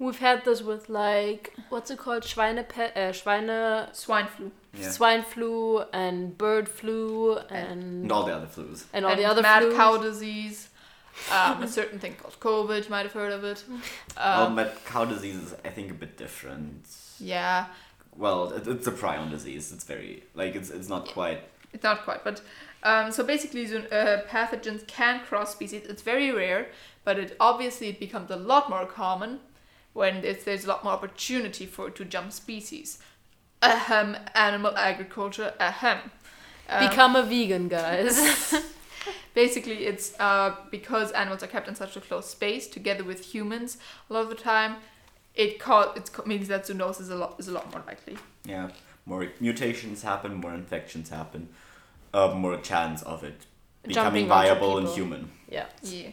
B: We've had this with like what's it called? Schweinepe- uh, Schweine
A: Swine flu.
C: Yeah,
B: swine flu and bird flu and
C: and all the other flus.
B: and all
A: and
B: the other
A: mad
B: flus.
A: cow disease. Um, a certain thing called COVID. You might have heard of it. Um,
C: well, but cow disease is, I think, a bit different.
A: yeah,
C: well, it, it's a prion disease. It's very like it's it's not quite
A: It's not quite, but um, so basically, zoon- uh, pathogens can cross species. It's very rare, but it obviously it becomes a lot more common when it's, there's a lot more opportunity for to jump species. Ahem, animal agriculture. Ahem. Um,
B: Become a vegan, guys.
A: basically, it's uh, because animals are kept in such a close space together with humans a lot of the time. It co- it's co- means that zoonosis is a lot is a lot more likely.
C: yeah. More mutations happen. More infections happen. Uh, more chance of it becoming
B: Jumping onto
C: viable and
B: people.
C: human.
B: yeah.
A: Yeah.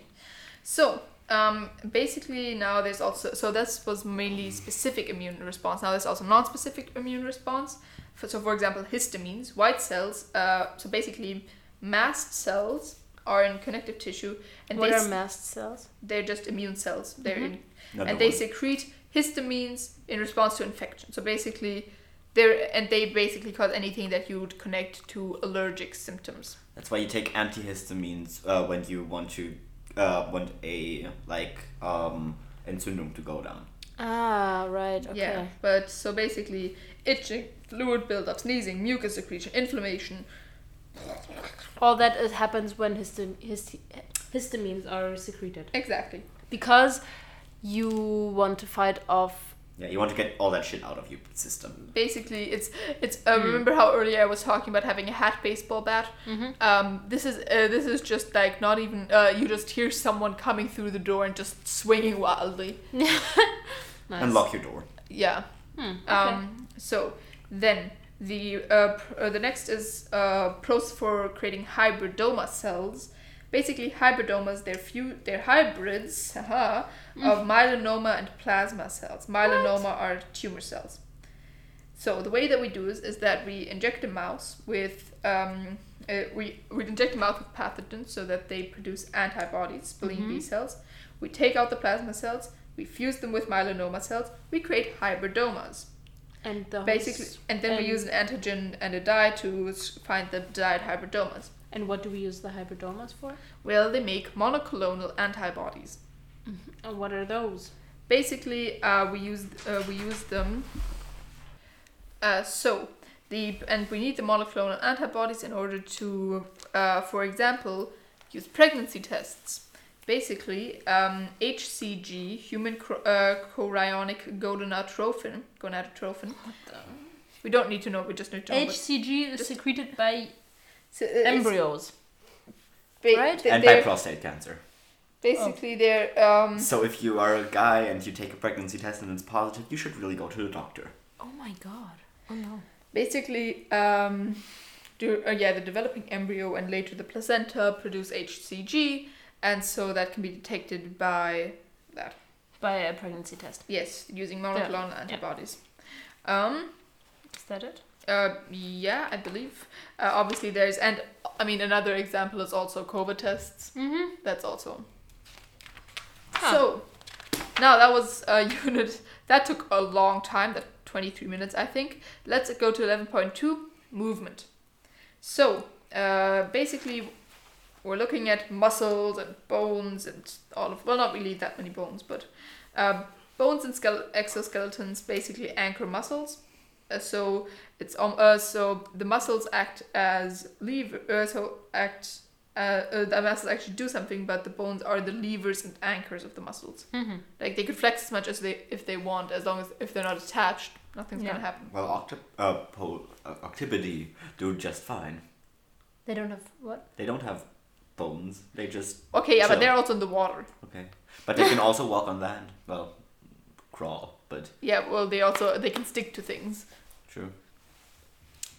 A: So, um, basically now there's also so this was mainly specific immune response. Now there's also non-specific immune response. For, so, for example, histamines, white cells. Uh, so basically, mast cells are in connective tissue, and
B: what
A: they
B: are Mm-hmm.
A: s-
B: mast cells?
A: they're just immune cells. They're in,
C: Another
A: and they
C: one.
A: secrete histamines in response to infection. So basically. They're, and they basically cause anything that you would connect to allergic symptoms.
C: That's why you take antihistamines uh, when you want to uh, want a like um, entzündung to go down.
B: Ah, right. Okay.
A: Yeah, but so basically, itching, fluid buildup, sneezing, mucus secretion, inflammation.
B: All that is, happens when histam- hist- histamines are secreted.
A: Exactly.
B: Because you want to fight off.
C: Yeah, you want to get all that shit out of your system.
A: Basically, it's it's. Uh, Remember how earlier I was talking about having a hat baseball bat? Um, this is uh, this is just like not even. Uh, you just hear someone coming through the door and just swinging wildly.
B: Nice.
C: And lock your door.
A: Yeah.
B: Hmm,
A: Um, so then the uh, pr- uh, the next is uh, pros for creating hybridoma cells. Basically, hybridomas they're few they're hybrids haha, of myelinoma and plasma cells. Myelinoma are tumor cells. So the way that we do is, is that we inject a mouse with um, uh, we we inject a mouse with pathogens so that they produce antibodies, spleen B cells. We take out the plasma cells. We fuse them with myelinoma cells. We create hybridomas,
B: And the
A: basically,
B: host-
A: and then we
B: and-
A: use an antigen and a dye to s- find the dyed hybridomas.
B: And what do we use the hybridomas for?
A: Well, they make monoclonal antibodies.
B: And what are those?
A: basically uh, we use uh, we use them uh, so the and we need the monoclonal antibodies in order to uh, for example use pregnancy tests basically um, hcg human cro- uh, chorionic gonadotrophin gonadotrophin we don't need to know we just need to know what-
B: HCG is
A: Just-
B: secreted by
A: so, uh, it's
B: embryos.
A: ba-
B: right?
A: they-
C: and by
A: they're-
C: prostate cancer.
A: basically they're um,
C: So if you are a guy and you take a pregnancy test and it's positive, you should really go to the doctor.
B: Oh my god. Oh no.
A: basically um, do, uh, yeah the developing embryo and later the placenta produce hcg and so that can be detected by that
B: By a pregnancy test.
A: yes using monoclonal antibodies um
B: Is that it?
A: uh, yeah i believe uh, obviously there's and i mean another example is also covid tests
B: Mm-hmm.
A: that's also
B: Huh.
A: so now that was a unit that took a long time that 23 minutes i think let's go to 11.2 movement so uh, basically we're looking at muscles and bones and all of well not really that many bones but um, bones and skele- exoskeletons basically anchor muscles uh, so it's um, uh, so the muscles act as lever uh, so act uh, uh, the muscles actually do something but the bones are the levers and anchors of the muscles
B: Mm-hmm.
A: like they could flex as much as they if they want as long as if they're not attached nothing's
B: Yeah.
A: gonna happen
C: Well, octip uh, po- uh, octipody do just fine.
B: They don't have what?
C: They don't have bones. They just
A: okay yeah but
C: So-
A: they're also in the water
C: okay, but they can also walk on land. Well, crawl, but
A: yeah well they also they can stick to things
C: true.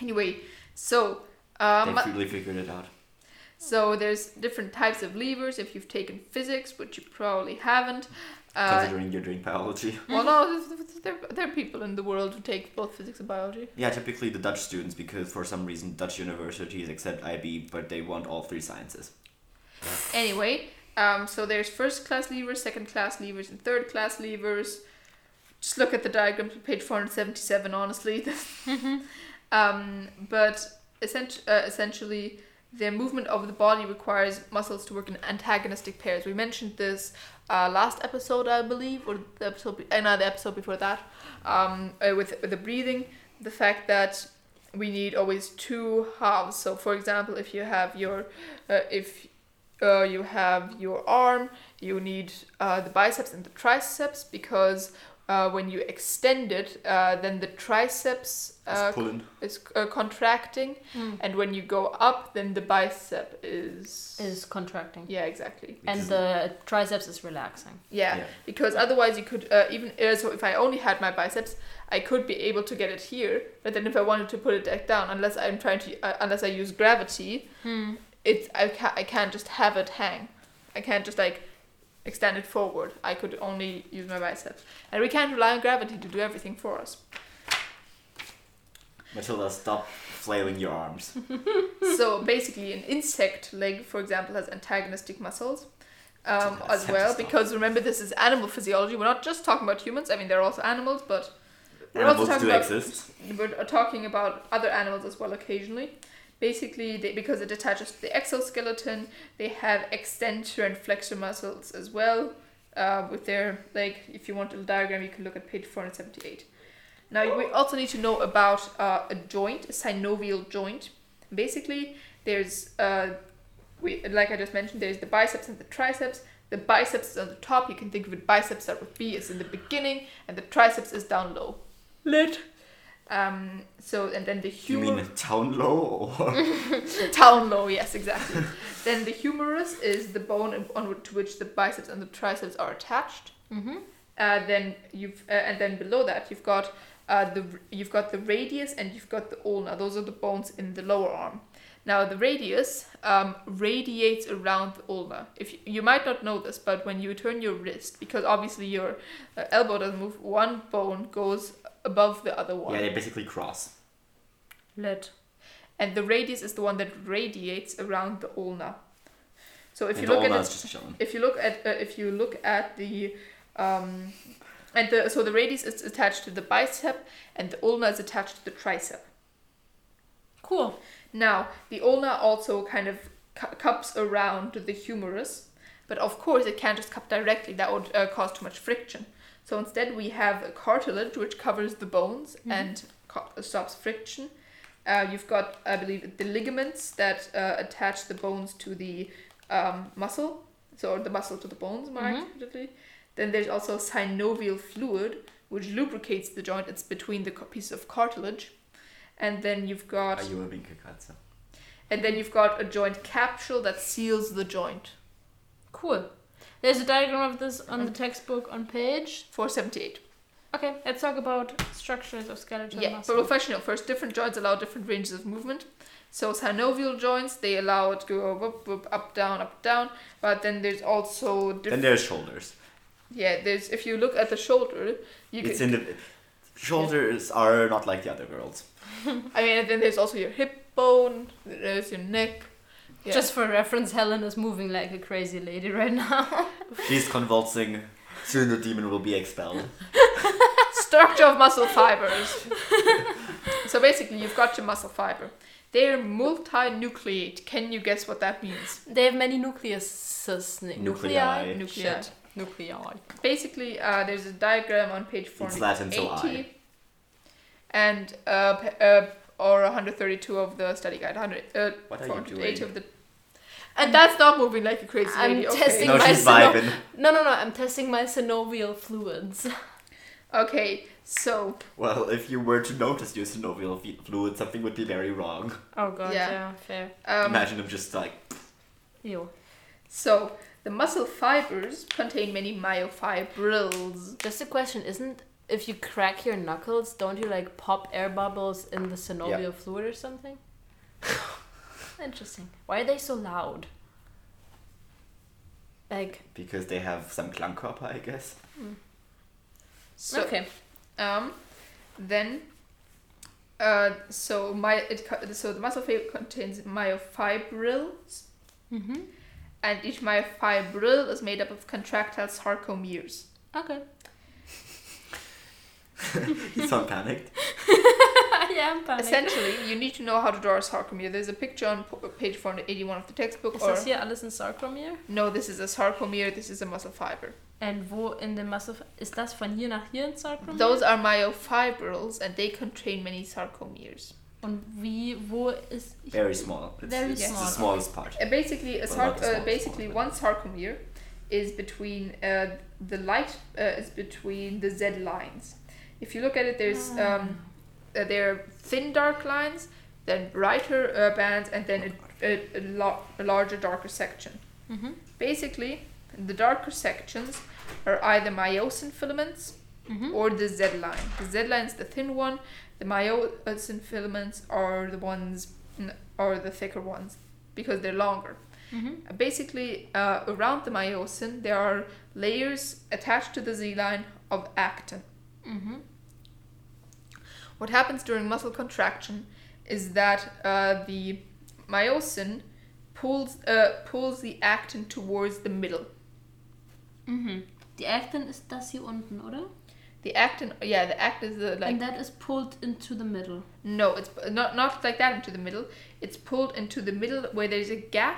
A: anyway so um,
C: They've really figured it out.
A: So there's different types of levers. If you've taken physics, which you probably haven't, uh,
C: considering you're doing biology.
A: well, no, there's- there, there are people in the world who take both physics and biology.
C: Yeah, typically the Dutch students, because for some reason Dutch universities accept IB, but they want all three sciences.
A: Anyway, um, so there's first class levers, second class levers, and third class levers. Just look at the diagrams on page 477, honestly. um, but essent- uh, essentially, the movement of the body requires muscles to work in antagonistic pairs. We mentioned this uh, last episode, I believe, or the episode, be- uh, no, the episode before that, um, uh, with, with the breathing. the fact that we need always two halves. So, for example, if you have your, uh, if uh, you have your arm, you need uh, the biceps and the triceps because uh, when you extend it, uh, then the triceps uh,
C: It's pulling.
A: is uh, contracting,
B: Mm.
A: and when you go up, then the bicep is
B: Is contracting.
A: yeah exactly
B: And
C: Because-
B: the triceps is relaxing.
A: yeah,
C: Yeah.
A: because otherwise you could uh, even uh, so if I only had my biceps, I could be able to get it here, but then if I wanted to put it back down, unless I'm trying to uh, unless I use gravity, it's I ca- I can't just have it hang, I can't just like extend it forward. I could only use my biceps, and we can't rely on gravity to do everything for us.
C: Matilda, stop flailing your arms.
A: so basically, an insect leg, for example, has antagonistic muscles um,
C: Sometimes
A: as
C: have to
A: well.
C: stop.
A: Because remember, this is animal physiology. We're not just talking about humans. I mean, they're also animals, but we're also
C: Animals
A: talking
C: do
A: about
C: exist.
A: we're talking about other animals as well occasionally. Basically, they, because it attaches to the exoskeleton, they have extensor and flexor muscles as well. Uh, with their like, if you want a diagram, you can look at page 478. Now we also need to know about uh, a joint, a synovial joint. Basically, there's uh, we like I just mentioned, there's the biceps and the triceps. The biceps is on the top. You can think of it biceps that would be is in the beginning, and the triceps is down low. Lit. Um, so and then the
C: You
A: humerus
C: mean down low or
A: down low. Yes, exactly. then the humerus is the bone on to which the biceps and the triceps are attached.
B: Mm-hmm.
A: Uh, then you've uh, and then below that you've got uh, the you've got the radius and you've got the ulna. Those are the bones in the lower arm. Now the radius um, radiates around the ulna. If you, you might not know this, but when you turn your wrist, because obviously your uh, elbow doesn't move, one bone goes above the other one,
C: Yeah, they basically cross.
B: Lit.
A: and the radius is the one that radiates around the ulna. So if
C: and
A: you
C: the
A: look
C: ulna
A: at it,
C: is just chilling.
A: if you look at uh, if you look at the um, and the so the radius is attached to the bicep and the ulna is attached to the tricep.
B: Cool.
A: Now the ulna also kind of cu- cups around the humerus, but of course it can't just cup directly. That would uh, cause too much friction. So instead we have a cartilage which covers the bones and co- stops friction. Uh, you've got I believe the ligaments that uh, attach the bones to the um, muscle, so the muscle to the bones, more
B: Mhm.
A: accurately. Then there's also synovial fluid, which lubricates the joint. It's between the co- pieces of cartilage, and then you've got
C: Are you a winkekatze?
A: and then you've got a joint capsule that seals the joint.
B: Cool. There's a diagram of this on the textbook on page.
A: 478.
B: Okay, let's talk about structures of skeletal
A: yeah,
B: muscle.
A: but professional first. Different joints allow different ranges of movement. So synovial joints, they allow it to go whoop, whoop, up, down, up, down. But then there's also
C: Then
A: different.
C: there are shoulders.
A: Yeah, there's if you look at the shoulder, you
C: It's
A: can.
C: in the shoulders are not like the other girls.
A: I mean, and then there's also your hip bone. There's your neck. Yeah.
B: Just for reference, Helen is moving like a crazy lady right now.
C: She's convulsing. Soon the demon will be expelled.
A: structure of muscle fibers. so basically, you've got your muscle fiber. They're multinucleate. Can you guess what that means?
B: they have many nucleuses. Nuclei.
C: Nuclei.
A: Nuclei.
B: Shit. Nuclei.
A: basically uh, there's a diagram on page
C: It's Latin, so
A: 480 and uh, p- uh, or 132 of the study guide 100 uh,
C: What are you
A: 480
C: doing?
A: of the and that's not moving like a crazy
B: I'm
A: lady. okay.
B: testing-
C: No,
B: my
C: she's
B: syno-
C: vibing.
B: No, no, no. I'm testing my synovial fluids.
A: Okay, so
C: Well, if you were to notice your synovial f- fluid, something would be very wrong.
B: Oh god.
A: Yeah.
B: fair.
A: um,
C: Imagine them just like
B: Ew.
A: so the muscle fibers contain many myofibrils.
B: Just a question. Isn't if you crack your knuckles, don't you like pop air bubbles in the synovial fluid or something? Interesting. Why are they so loud? Like
C: because they have some Klangkörper, I guess.
A: So
B: okay.
A: um, then uh, so my it co- so the muscle fiber contains myofibrils
B: Mm-hmm.
A: and each myofibril is made up of contractile sarcomeres.
B: Okay.
C: You sound panicked.
B: yeah, I'm panicked.
A: Essentially, you need to know how to draw a sarcomere. There's a picture on p- uh, page 481 of the textbook.
B: Is
A: Or
B: this here Alison Sarcomere?
A: no, this is a sarcomere. This is a muscle fiber.
B: And wo in dem Muscle ist das von hier nach hier ein Sarkom?
A: Those are myofibrils and they contain many sarcomeres.
B: Und wie wo ist ich-
C: Very small. It's,
B: Very
C: it's
B: small.
C: the smallest part.
A: Uh, basically, a
C: Well,
A: sar-
C: not the
A: uh,
C: smallest
A: basically
C: one,
A: one sarcomere is between uh, the light uh, is between the Z lines. If you look at it, there's um, uh, there are thin dark lines, then brighter uh, bands, and
C: Oh,
A: then a, a, a, lar- a larger darker section.
B: Mhm.
A: Basically, the darker sections are either myosin filaments
B: Mhm.
A: or the Z line. The Z line is the thin one. The myosin filaments are the ones n- are the thicker ones because they're longer.
B: Mhm.
A: Basically, uh, around the myosin there are layers attached to the Z line of actin.
B: Mhm.
A: What happens during muscle contraction is that uh, the myosin pulls uh, pulls the actin towards the middle.
B: Mhm. Die Actin ist das hier unten, oder?
A: The actin, yeah, the actin is the like
B: And that is pulled into the middle.
A: No, it's not not like that into the middle. It's pulled into the middle where there's a gap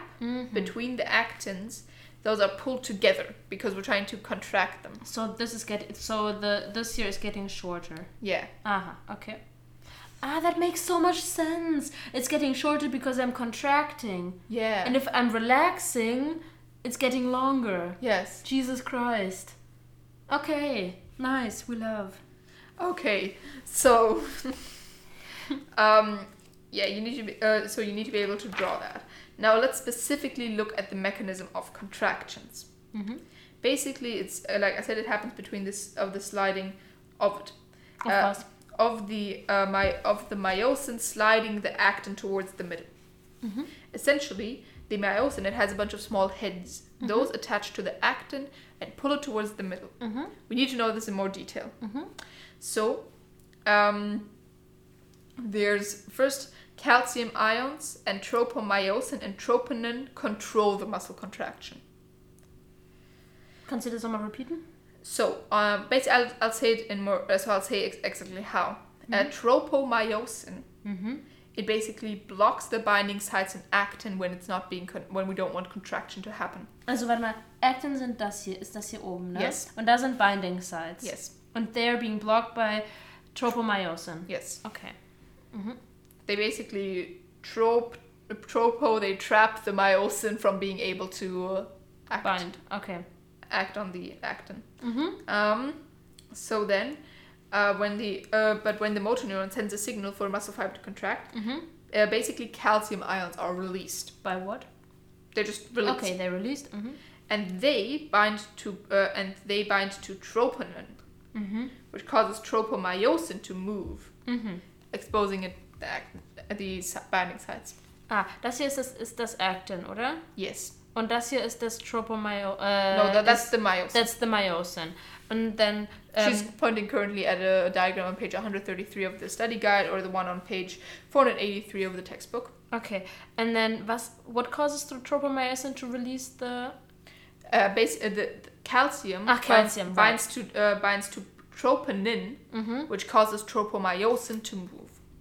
A: between the actins. Those are pulled together because we're trying to contract them.
B: So this is getting so the this here is getting shorter.
A: Yeah.
B: Aha, Uh-huh, okay. Ah, that makes so much sense. It's getting shorter because I'm contracting.
A: Yeah.
B: And if I'm relaxing, it's getting longer.
A: yes.
B: Jesus Christ. Okay. Nice, we love.
A: Okay. So um yeah, you need to be, uh, so you need to be able to draw that. Now let's specifically look at the mechanism of contractions.
B: Mhm.
A: Basically, it's uh, like I said, it happens between this of the sliding of it.
B: Of
A: Uh,
B: course.
A: of the uh, my of the myosin sliding the actin towards the middle.
B: Mm-hmm.
A: Essentially, the myosin it has a bunch of small heads.
B: Mm-hmm.
A: Those attach to the actin and pull it towards the middle.
B: Mhm.
A: We need to know this in more detail.
B: Mhm.
A: So, um, there's first calcium ions and tropomyosin and troponin control the muscle contraction.
B: Kannst du das nochmal repeaten?
A: So, um, basically, I'll, I'll say it in more. uh, So I'll say ex- exactly how. Uh, tropomyosin. It basically blocks the binding sites in actin when it's not being con- when we don't want contraction to happen.
B: Also warte mal, Actin sind das hier, ist das hier oben, ne?
A: Yes.
B: Und da sind Binding Sites.
A: Yes.
B: And they're being blocked by tropomyosin.
A: Yes.
B: Okay.
A: They basically trop tropo. They trap the myosin from being able to uh, act
B: Bind. Okay.
A: act on the actin.
B: Mhm.
A: Um, so then, uh, when the uh, but when the motor neuron sends a signal for muscle fiber to contract,
B: Mhm.
A: uh, basically calcium ions are released.
B: By what?
A: They're just released,
B: Okay, they're released. Mhm.
A: and they bind to uh, and they bind to troponin,
B: Mhm.
A: which causes tropomyosin to move,
B: Mhm.
A: exposing it the, act- the si- binding sites.
B: Ah, das hier ist das, ist das Actin, oder?
A: Yes.
B: Und das hier ist das Tropomyo... Äh,
A: no, that, that's the myosin.
B: das- that's the myosin. And then...
A: She's
B: Um,
A: pointing currently at a diagram on page 133 of the study guide or the one on page 483 of the textbook.
B: okay. And then was, what causes the tropomyosin to release the...
A: Uh, base, uh, the, the calcium,
B: Ah, calcium,
A: binds, binds to uh, binds to troponin,
B: Mhm.
A: which causes tropomyosin to move.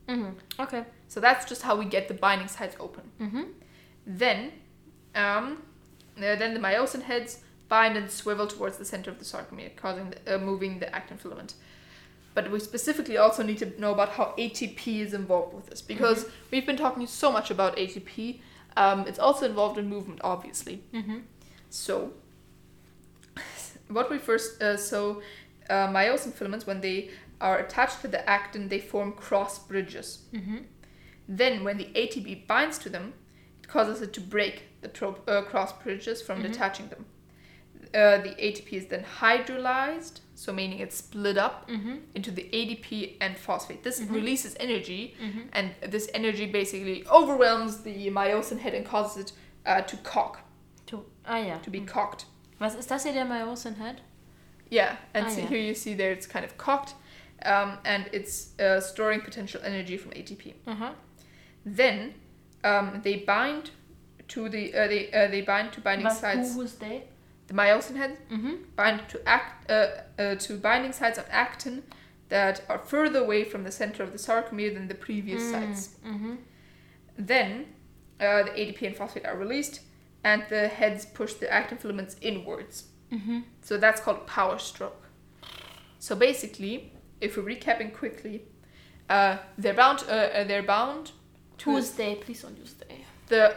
B: Mhm. Okay.
A: So that's just how we get the binding sites open.
B: Mhm.
A: Then, um, uh, then the myosin heads bind and swivel towards the center of the sarcomere, causing the, uh, moving the actin filament. But we specifically also need to know about how ATP is involved with this because we've been talking so much about ATP. Um, it's also involved in movement, obviously.
B: Mhm.
A: So, what we first uh, so uh, myosin filaments when they are attached to the actin, they form cross bridges.
B: Mhm.
A: Then, when the ATP binds to them, it causes it to break the trop- uh, cross bridges from detaching them. Uh, the ATP is then hydrolyzed, so meaning it's split up
B: Mhm.
A: into the ADP and phosphate. This releases energy,
B: Mhm.
A: and this energy basically overwhelms the myosin head and causes it uh, to cock,
B: To, ah ja.
A: to be cocked.
B: Was ist das hier, der Myosin hat?
A: Yeah, and
B: Ah,
A: so
B: yeah.
A: here you see there it's kind of cocked, um, and it's uh, storing potential energy from ATP.
B: Aha.
A: Then um, they bind to the uh, they uh, they bind to binding
B: Was,
A: sites.
B: who, who's they?
A: The myosin heads
B: Mhm.
A: bind to act uh, uh, to binding sites on actin that are further away from the center of the sarcomere than the previous sites.
B: Mhm.
A: Then uh, the ADP and phosphate are released, and the heads push the actin filaments inwards.
B: mhm.
A: So that's called power stroke. So basically, if we're recapping quickly, uh, they're bound. Uh, uh, they're bound to
B: Tuesday, please don't use day.
A: the.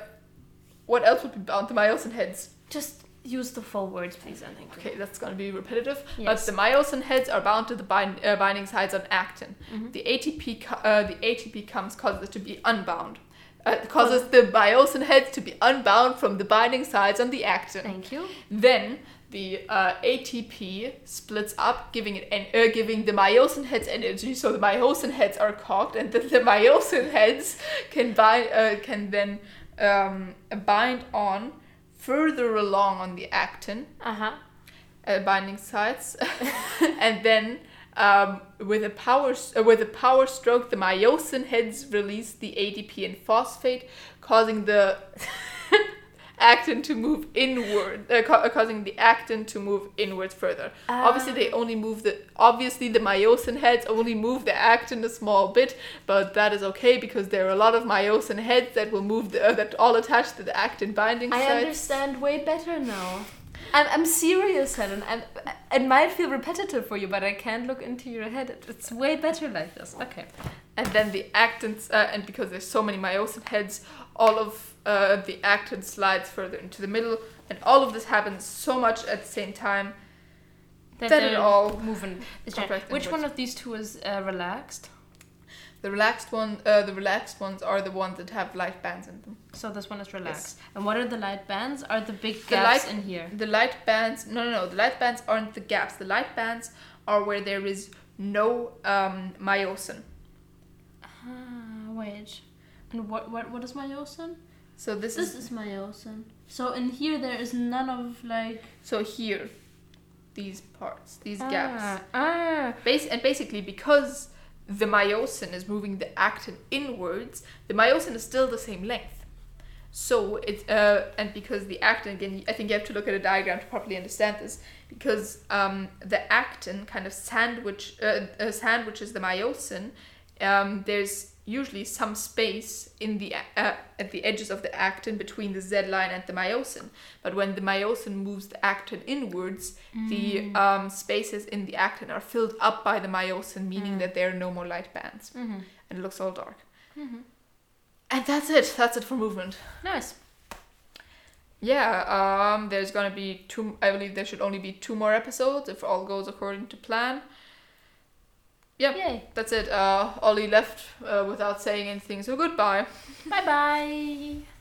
A: What else would be bound? The myosin heads.
B: Just use the full words, please, and thank you.
A: Okay, that's gonna be repetitive.
B: Yes.
A: But the myosin heads are bound to the bind, uh, binding sites on actin. The ATP, co- uh, the ATP comes causes it to be unbound. Uh, causes the myosin heads to be unbound from the binding sites on the actin.
B: Thank you.
A: Then the uh, ATP splits up, giving it en- uh, giving the myosin heads energy. So the myosin heads are cocked, and then the myosin heads can bind, uh, can then um, bind on further along on the actin
B: Uh huh.
A: uh, binding sites, and then um, with a power s- uh, with a power stroke, the myosin heads release the ADP and phosphate, causing the actin to move inward, uh, ca- uh, causing the actin to move inwards further. Obviously, they only move the obviously the myosin heads only move the actin a small bit, but that is okay because there are a lot of myosin heads that will move the, uh, that all attach to the actin binding
B: I
A: sites.
B: understand way better now. I'm, I'm serious, Helen. I'm, it might feel repetitive for you, but I can't look into your head. It- It's way better like this. Okay.
A: and then the actins, uh, and because there's so many myosin heads, all of uh, the actin slides further into the middle, and all of this happens so much at the same time.
B: That
A: Then it
B: they're
A: all
B: moving.
A: contract
B: Which one
A: inwards.
B: of these two is uh, relaxed?
A: The relaxed one, uh, the relaxed ones are the ones that have light bands in them.
B: So this one is relaxed. And what are the light bands? Are the big
A: The
B: gaps
A: light-
B: in here?
A: The light bands, no, no, no. The light bands aren't the gaps. The light bands are where there is no um, myosin.
B: Ah, wait. And what what what is meiosin?
A: So this,
B: This
A: is
B: is meiosin. So in here there is none of like
A: so here, these parts, these gaps.
B: Ah, ah.
A: Bas- and basically, because the myosin is moving the actin inwards, the myosin is still the same length. So it uh, and because the actin again, I think you have to look at a diagram to properly understand this. Because um, the actin kind of sandwich uh, uh, sandwiches the myosin. Um, there's usually some space in the a- uh, at the edges of the actin between the Z line and the myosin. But when the myosin moves the actin inwards,
B: Mm.
A: the
B: uh,
A: um, spaces in the actin are filled up by the myosin, meaning that there are no more light bands,
B: Mm-hmm.
A: and it looks all dark. And that's it. That's it for movement.
B: Nice.
A: Yeah, um, there's gonna be two. I believe there should only be two more episodes if all goes according to plan. Yep.
B: Yay.
A: That's it. Uh, Ollie left uh, without saying anything, so goodbye.
B: Bye bye.